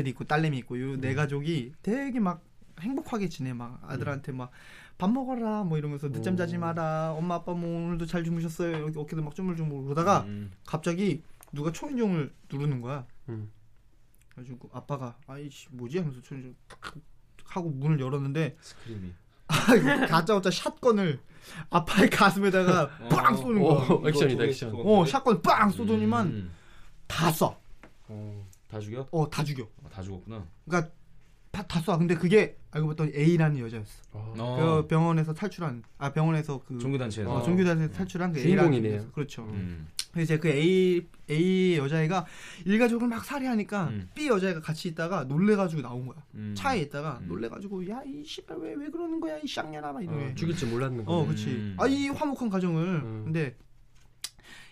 아들이 있고 딸내미 있고 요 네 가족이 되게 막 행복하게 지내 막 아들한테 막 밥 먹어라 뭐 이러면서 늦잠 자지 마라 엄마 아빠 뭐 오늘도 잘 주무셨어요 이렇게 어깨도 막 주물주물 그러다가 음. 갑자기 누가 초인종을 누르는 거야. 음. 그래가지고 아빠가 아이씨 뭐지 하면서 초인종 탁 하고 문을 열었는데 스크림이. 아이고, 가짜고짜 샷건을 아빠의 가슴에다가 어, 어. 빵 쏘는 거야. 오, 어, 이거 액션이다 액션. 저거. 어 샷건 빵 쏘더니만 음. 다 쏴. 어, 다 죽여? 어 다 죽여. 어, 다 죽었구나. 그러니까 다, 다 쏴. 근데 그게 알고 봤더니 A라는 여자였어. 아, 어. 그 병원에서 탈출한 아 병원에서 그 종교단체에서. 어, 종교단에서 탈출한 그 주인공이네요. A라는 여자. 그렇죠. 음. 그래서 이제 그 A A 여자애가 일가족을 막 살해하니까 음. B 여자애가 같이 있다가 놀래가지고 나온 거야. 음. 차에 있다가 음. 놀래가지고 야 이 씨발 왜 왜 그러는 거야 이 쌍년아 막 이러네. 어, 죽일 줄 몰랐는 거. 어, 그렇지. 음. 아 이 화목한 가정을 음. 근데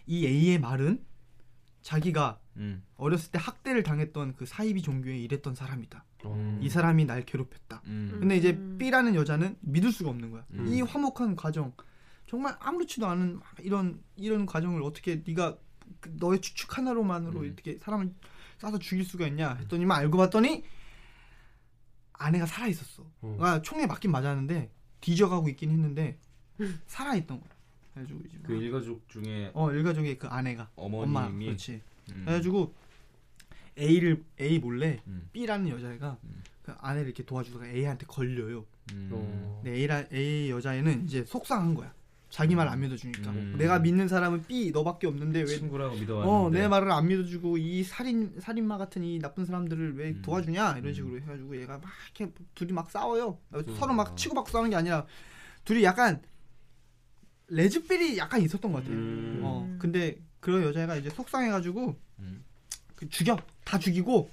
이 A의 말은 자기가 음. 어렸을 때 학대를 당했던 그 사이비 종교에 일했던 사람이다. 음. 어, 이 사람이 날 괴롭혔다. 음. 근데 이제 음. B라는 여자는 믿을 수가 없는 거야. 음. 이 화목한 과정 정말 아무렇지도 않은 막 이런 이런 과정을 어떻게 네가 그 너의 추측 하나로만으로 음. 이렇게 사람을 싸서 죽일 수가 있냐 음. 했더니만 알고 봤더니 아내가 살아 있었어. 음. 아, 총에 맞긴 맞았는데 뒤져가고 있긴 했는데 살아 있던 거야. 그래가지고 이제 그 일가족 중에 어 일가족의 그 아내가 엄마 어머님이 그렇지. 음. 그래가지고 A를 A 몰래 음. B라는 여자애가 음. 그 아내를 이렇게 도와주다가 A한테 걸려요. 음. 어. 근데 네, A라, A 여자애는 이제 속상한 거야. 자기 말 안 믿어주니까. 음. 내가 믿는 사람은 B 너밖에 없는데 왜? 음. 친구라고 어, 믿어왔는데. 내 말을 안 믿어주고 이 살인 살인마 같은 이 나쁜 사람들을 왜 음. 음. 도와주냐 이런 식으로 해가지고 얘가 막 이렇게 둘이 막 싸워요. 서로 막 치고받고 싸우는 게 아니라 둘이 약간 레즈필이 약간 있었던 것 같아요. 음. 어, 근데 그런 여자애가 이제 속상해가지고 음. 그 죽여 다 죽이고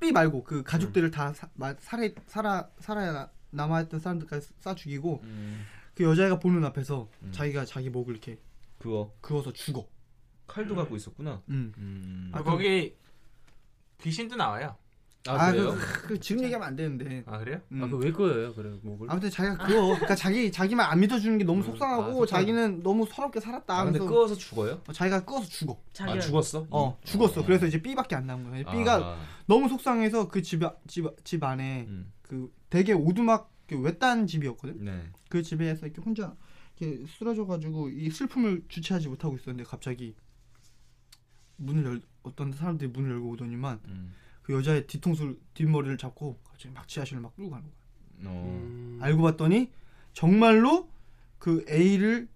B 말고 그 음. 가족들을 다 사, 마- 살해 살아 살아 남아있던 사람들까지 싸 죽이고 음. 그 여자애가 보는 앞에서 음. 자기가 자기 목을 이렇게 그거 그어서 죽어. 칼도 갖고 있었구나. 음. 음. 아, 거기 귀신도 나와요. 아, 그래요? 그, 그 지금 얘기하면 안 되는데. 아 그래요? 음. 아, 그왜 거예요? 그래 뭐. 목을. 아무튼 자기가 그거 그러니까 자기 자기만 안 믿어주는 게 너무 음, 아, 속상하고 속상해. 자기는 너무 서럽게 살았다. 아, 근데 그래서 끄어서 죽어요? 어, 자기가 끄어서 죽어. 아 자기가 죽었어? 어 죽었어. 그래서 이제 B밖에 안 남은 거야. 아, B가 아. 너무 속상해서 그 집집집 집 안에 음. 그 되게 오두막 그 외딴 집이었거든. 네. 그 집에서 이렇게 혼자 이렇게 쓰러져가지고 이 슬픔을 주체하지 못하고 있었는데 갑자기 문을 열 어떤 사람들이 문을 열고 오더니만 음. 그 여자의 뒤통수 뒷머리를 잡고 갑자기 막 지하실을 막 끌고 가는 거야. 어. 음. 알고 봤더니 정말로 그 A를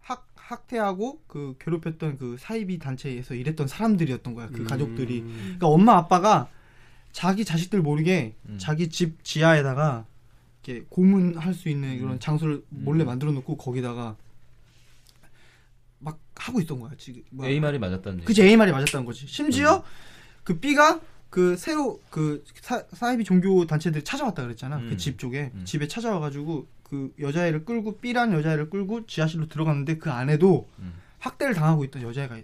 학 학대하고 그 괴롭혔던 그 사이비 단체에서 일했던 사람들이었던 거야. 그 음. 가족들이. 그러니까 엄마 아빠가 자기 자식들 모르게 음. 자기 집 지하에다가 이렇게 고문할 수 있는 그런 음. 장소를 몰래 음. 만들어 놓고 거기다가 막 하고 있던 거야. 지금 뭐야. A 말이 맞았다는 얘기. 그치 A 말이 맞았다는 거지. 심지어 그 B가 그 새로 그 사, 사이비 종교 단체들이 찾아왔다 그랬잖아. 음. 그 집 쪽에 음. 집에 찾아와가지고 그 여자애를 끌고 B라는 여자애를 끌고 지하실로 들어갔는데 그 안에도 음. 학대를 당하고 있던 여자애가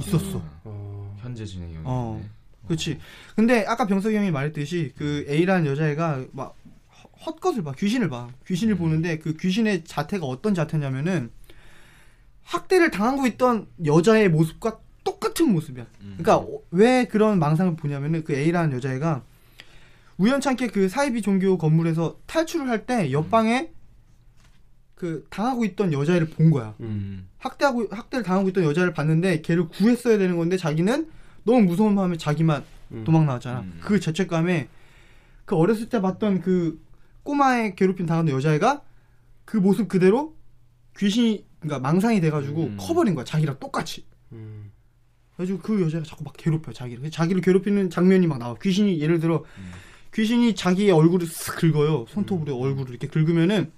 있었어. 아, 어. 현재 진행형. 어. 네. 그렇지. 근데 아까 병석이 형이 말했듯이 그 A라는 여자애가 막 헛- 헛것을 봐, 귀신을 봐, 귀신을 음. 보는데 그 귀신의 자태가 어떤 자태냐면은 학대를 당하고 있던 여자의 모습과 똑같은 모습이야. 음. 그러니까 어, 왜 그런 망상을 보냐면은 그 A라는 여자애가 우연찮게 그 사이비 종교 건물에서 탈출을 할 때 옆방에 그 당하고 있던 여자애를 본 거야. 음. 학대하고 학대를 당하고 있던 여자를 봤는데 걔를 구했어야 되는 건데 자기는 너무 무서운 마음에 자기만 음. 도망 나왔잖아. 음. 그 죄책감에 그 어렸을 때 봤던 그 꼬마의 괴롭힘 당하는 여자애가 그 모습 그대로 귀신이 그러니까 망상이 돼가지고 음. 커버린 거야. 자기랑 똑같이. 음. 그래가지고 그 여자가 자꾸 막 괴롭혀 자기를 그래서 자기를 괴롭히는 장면이 막 나와 귀신이 예를 들어 귀신이 자기의 얼굴을 쓱 긁어요 손톱으로 음. 얼굴을 이렇게 긁으면은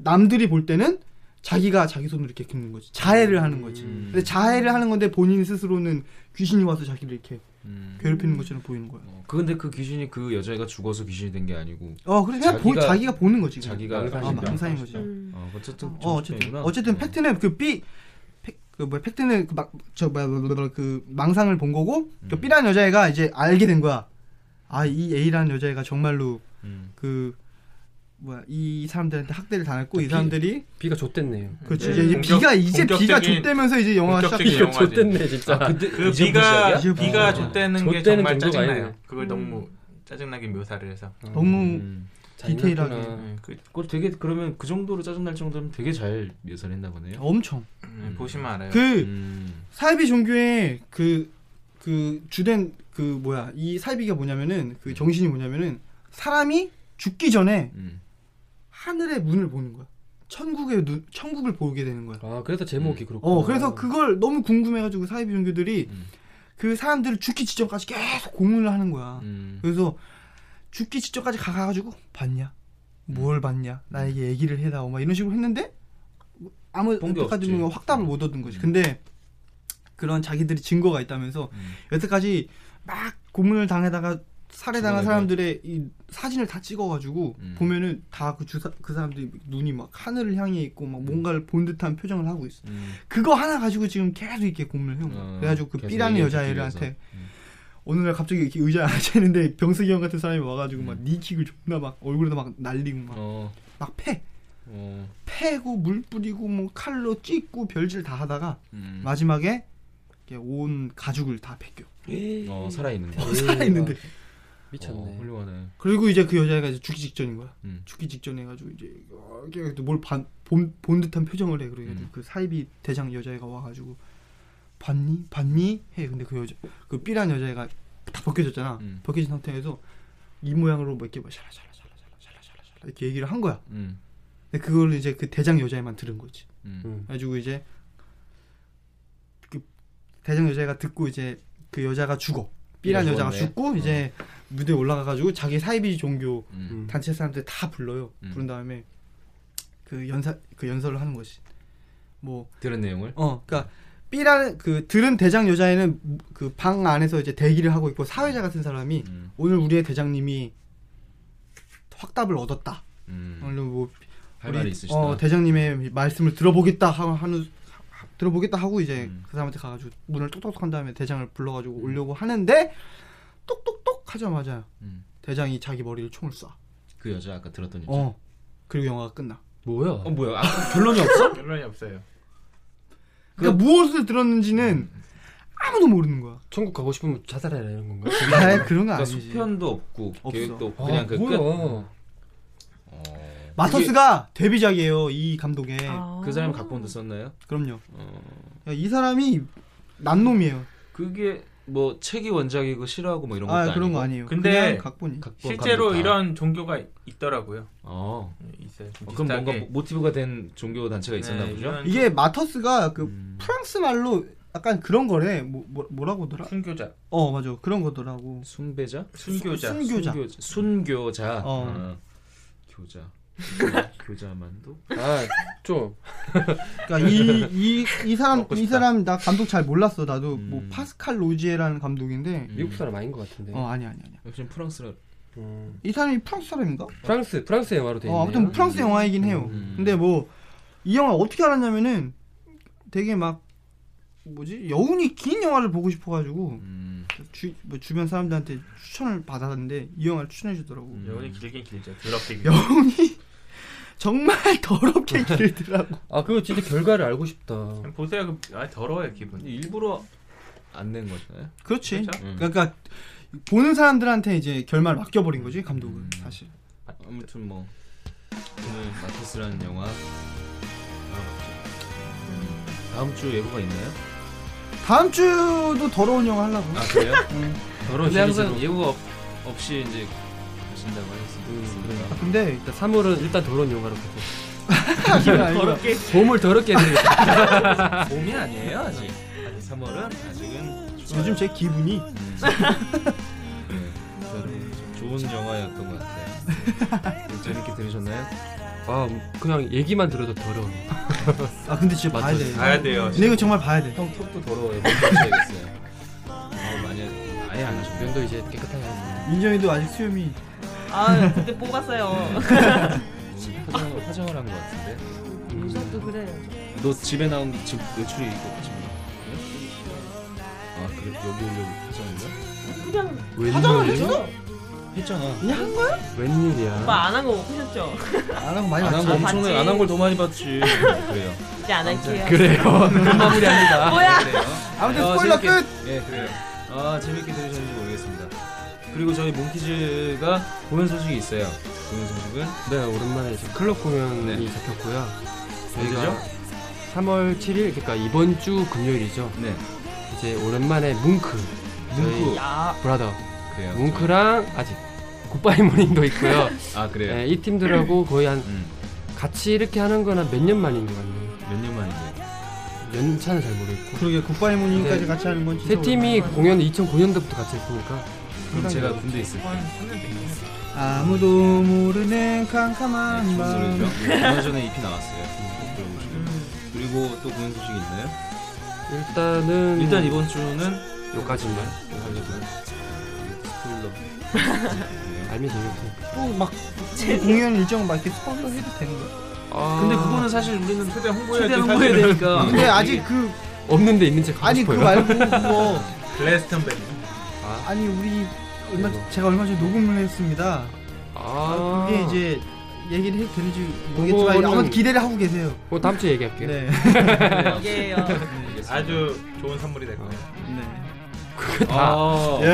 남들이 볼 때는 자기가 자기 손으로 이렇게 긁는 거지 자해를 하는 거지 음. 근데 자해를 하는 건데 본인 스스로는 귀신이 와서 자기를 이렇게 음. 괴롭히는 것처럼 보이는 거야 어, 근데 그 귀신이 그 여자애가 죽어서 귀신이 된 게 아니고 어 그래 그냥 자기가, 보, 자기가- 자기가 보는 거지 그냥. 자기가 아 망상이다. 망상인 거지 음. 어, 어쨌든 어 어쨌든 정신병이구나. 어쨌든 어. 팩트는 그 B 그뭐 팩트는 그막저 뭐야 뭐야, 뭐야, 그 망상을 본 거고 그 음. B라는 여자애가 이제 알게 된 거야. 아 이 A라는 여자애가 정말로 음. 그 뭐야 이 사람들한테 학대를 당했고 이 비- 사람들이 비가 좆됐네요. 그렇죠 음. 네. 이제 공격- 비가 이제 비가 공격적인- 좆되면서 이제 그 영화 시작 본격적인 비가 영화지. 좆됐네 진짜. 아, 근데 그 이제 비가 무시하기야? 무시하기야? 비가 아, 좆되는 게 좆되는 정말 정도가 음. 짜증나요. 아니에요. 그걸 너무 짜증나게 묘사를 해서. 음, 너무 음. 디테일하게. 잔인하구나. 네, 그, 그걸 되게 그러면 그 정도로 짜증날 정도면 되게 잘 묘사를 했나 보네요. 엄청 음. 네, 보시면 알아요. 그 음. 사이비 종교의 그, 그 주된 그 뭐야 이 사이비가 뭐냐면은 그 정신이 뭐냐면은 사람이 죽기 전에 음. 하늘의 문을 보는 거야. 천국의 눈, 천국을 보게 되는 거야. 아 그래서 제목이 그렇고. 어, 그래서 그걸 너무 궁금해가지고 사이비 종교들이 음. 그 사람들을 죽기 직전까지 계속 고문을 하는 거야. 음. 그래서 죽기 직전까지 가가지고 봤냐? 음. 뭘 봤냐? 나에게 얘기를 해다오 막 이런 식으로 했는데 아무 본게 여태까지 없지. 보면 확답을 못 얻은 거지. 음. 근데 그런 자기들이 증거가 있다면서 음. 여태까지 막 고문을 당하다가 살해당한 죽어내고. 사람들의 이 사진을 다 찍어가지고 음. 보면은 다 그 주사 그 사람들이 눈이 막 하늘을 향해 있고 막 뭔가를 본 듯한 표정을 하고 있어. 음. 그거 하나 가지고 지금 계속 이렇게 고문을 해온 거야. 어, 그래가지고 그 계속 삐라는 얘기해서 여자애한테 들려서. 음. 어느 날 갑자기 이렇게 의자에 앉아있는데 병석이 형 같은 사람이 와가지고 막 니킥을 존나 막 얼굴에다 막 날리고 막, 음. 어. 막 패. 어. 패고 물 뿌리고 뭐 칼로 찢고 별질 다 하다가 음. 마지막에 이렇게 온 가죽을 다 벗겨. 어, 살아있는 거. 에이, 살아있는데. 어, 미쳤네. 훌륭하네. 그리고 이제 그 여자애가 이제 죽기 직전인 거야. 음. 죽기 직전에 해가지고 이제 이렇게 또 뭘 본 듯한 표정을 해. 그래가지고 음. 그 사이비 대장 여자애가 와가지고 봤니? 봤니? 해. 근데 그 여자 그 삐란 여자애가 다 벗겨졌잖아. 음. 벗겨진 상태에서 이 모양으로 뭐 이렇게 막 샬라샬라샬라샬라샬라샬라 이렇게 얘기를 한 거야. 음. 근데 그걸 이제 그 대장 여자애만 들은 거지. 음. 음. 그래가지고 이제 그 대장 여자애가 듣고 이제 그 여자가 죽어. 삐란 삐라 여자가 죽었네. 어. 죽고 이제 무대에 올라가가지고 자기 사이비 종교 음. 음. 단체 사람들 다 불러요. 음. 부른 다음에 그 연사 그 연설을 하는 것이 뭐 들은 내용을. 어, 그러니까 삐라는 그 들은 대장 여자애는 그 방 안에서 이제 대기를 하고 있고 사회자 같은 사람이 음. 오늘 우리의 대장님이 확답을 얻었다. 음. 오늘 뭐 할 말이 있으시다. 어, 대장님의 말씀을 들어보겠다 하고 하는 하- 들어보겠다 하고 이제 음. 그 사람한테 가가지고 문을 똑똑똑 한 다음에 대장을 불러가지고 오려고 하는데 똑똑똑 하자마자 음. 대장이 자기 머리를 총을 쏴. 그 여자 아까 들었던 여자. 어. 그리고 영화가 끝나. 뭐야? 어, 뭐야? 아, 결론이 없어? 결론이 없어요. 그러니까 무엇을 들었는지는 음. 아무도 모르는 거야. 천국 가고 싶으면 자살해라 이런 건가? 아, 그런 거 그러니까 아니지. 수편도 없고 없어. 계획도 없고 아, 그냥 그 끝. 뭐야? 어. 마터스가 데뷔작이에요. 이 감독의. 아. 그 사람 각본도 썼나요? 그럼요. 어. 야, 이 사람이 난놈이에요. 그게 뭐 책이 원작이고 실화고 뭐 이런 것도 아, 아니고. 그런 거 아니에요. 근데 그냥 각본이. 각본, 실제로 감독 다. 이런 종교가 있더라고요. 어. 있어요. 좀 어, 그럼 뭔가 비슷하게. 모- 모티브가 된 종교 단체가 있었나 네, 보죠. 이런 이게 마터스가 그 음. 프랑스 말로 약간 그런 거래. 뭐, 뭐 뭐라고더라? 순교자, 어, 맞아. 그런 거더라고. 순배자? 순교자. 순교자. 순교자. 순교자. 어. 어. 교자. 교자만도. 음. 아좀 그러니까 이이이 사람 먹고 이 싶다. 사람 나 감독 잘 몰랐어. 나도 음. 뭐 파스칼 로지에라는 감독인데. 미국 사람 아닌 것 같은데. 어, 아니 아니 아니. 역시 프랑스라. 음. 이 사람이 프랑스 사람인가? 프랑스 프랑스 영화로 돼 있네요. 어, 아무튼 프랑스 영화이긴 해요. 음. 근데 뭐 이 영화 어떻게 알았냐면은 되게 막 뭐지 여운이 긴 영화를 보고 싶어가지고 음. 주, 뭐 주변 사람들한테 추천을 받았는데 이 영화를 추천해주더라고. 음. 여운이 길긴 길죠. 더럽게 길죠. 여운이 정말 더럽게 길더라고. 아 그거 진짜 결과를 알고 싶다. 그냥 보세요. 그- 아 더러워요 기분. 일부러 안 낸 거잖아요. 그렇지. 그렇죠? 음. 그러니까 보는 사람들한테 이제 결말 을 맡겨버린 거지 감독은 음. 사실. 아무튼 뭐 오늘 마티스라는 영화 알아봤죠. 음. 다음 주 예고가 있나요? 다음 주도 더러운 영화 하려고. 아 그래요? 결혼 근데 항상 시리즈로. 예고가 없, 없이 이제 가신다고 하셨습니다. 아, 근데 일단 3월은 그러니까 일단 더러운 영화로 가고 더럽게 몸을 더럽게 해드리겠다. 봄이 아니에요 아직. 아직 3월은 아직은 요즘 제 기분이 네, 여러분 좋은 영화였던 것 같아요. 네, 재밌게 들으셨나요? 아 그냥 얘기만 들어도 더러워. 아 근데 진짜 봐야 맞죠. 돼. 가야 돼요. 근데 이거 정말 봐야 돼. 형 턱도 더러워요. 못 맞춰야겠어요. 어, 많이 아예 안 하셨네요. 면도 이제 깨끗하게 하겠습니다. 민정이도 아직 수염이 아 그때 뽑았어요. 오늘 화장을 화장을 한 것 같은데. 요즘도 그래요. 너 집에 나온 게 지금 외출이 없지 아 그래 여기 오려고 화장한 거야? 그냥 웬 화장을 일이야? 했어? 했잖아. 웬일이야. 오빠 안 한 거 보셨죠? 안 하고 많이 안 한 봤지. 거 봤지. 엄청나게 안 한 걸 더 많이 봤지. 그래요. 이제 안 할게요. 그래요. 마무리합니다. 뭐야? 그래요. 아무튼 어, 스포일러 재밌게- 끝. 예, 그래요. 아, 재밌게 들으셨는지 모르겠습니다. 그리고 저희 몽키즈가 공연 소식이 있어요. 공연 소식은 네, 오랜만에 지금 클럽 공연이 네. 잡혔고요. 언제죠? 3월 7일, 그러니까 이번 주 금요일이죠. 네. 이제 오랜만에 뭉크, 문구. 야, 브라더, 그래요. 뭉크랑 아직 굿바이 모닝도 있고요. 아, 그래요. 네, 이 팀들하고 거의 한 음. 같이 이렇게 하는 거는 몇 년 만인 것 같네요. 몇 년 만인데요? 연차는 잘 모르겠고. 그러게 굿바이 모닝까지 네. 같이 하는 건 진짜. 세 팀이 공연 2009년도부터 같이 했으니까 그럼 제가 군대 있을 때. 오랜만이야. 아무도 모르는 아, 캄캄한 밤. 무슨 네. 소리죠? 얼마 전에 EP 나왔어요. 들어보시고. 음. 그리고 또 공연 소식이 있나요? 일단은 네, 일단 이번 주는 여기까지만 스포일러. 네. 알면 재미없어요. 또막 공연 일정 막 이렇게 스포일러 해도 되는 거야. 아, 근데 그거는 사실 우리는 최대한 네. 홍보해야, 최대한 홍보해야 되니까. 네. 근데 아직 그 없는데 있는 척 하고 아니 그 싶어요. 말고 그거 글래스턴베리. 아니 우리 얼마 전- 제가 얼마 전에 녹음을 했습니다. 아, 그게 이제 얘기를 해도 되는지 모르겠지만 그거는- 아무튼 기대를 하고 계세요. 어, 다음 주에 얘기할게요. 네. 이게요. 아주 좋은 선물이 될 거예요. 네. 그거 다 아, 예.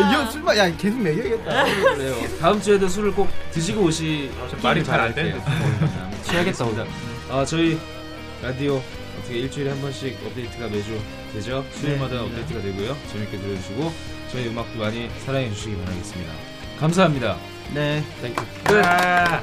야, 이거 술마 야 계속 매겨야겠다. 그래요. 다음 주에도 술을 꼭 드시고 오시. 아, 저 말이 잘안 되는데. 되는데. 취하겠다 오늘. 네. 아 저희 라디오 어떻게 일주일에 한 번씩 업데이트가 매주 되죠? 네. 수요일마다 업데이트가 되고요. 재밌게 들어주시고 저희 음악도 많이 사랑해 주시기 바라겠습니다. 감사합니다. 네. 땡큐. 아,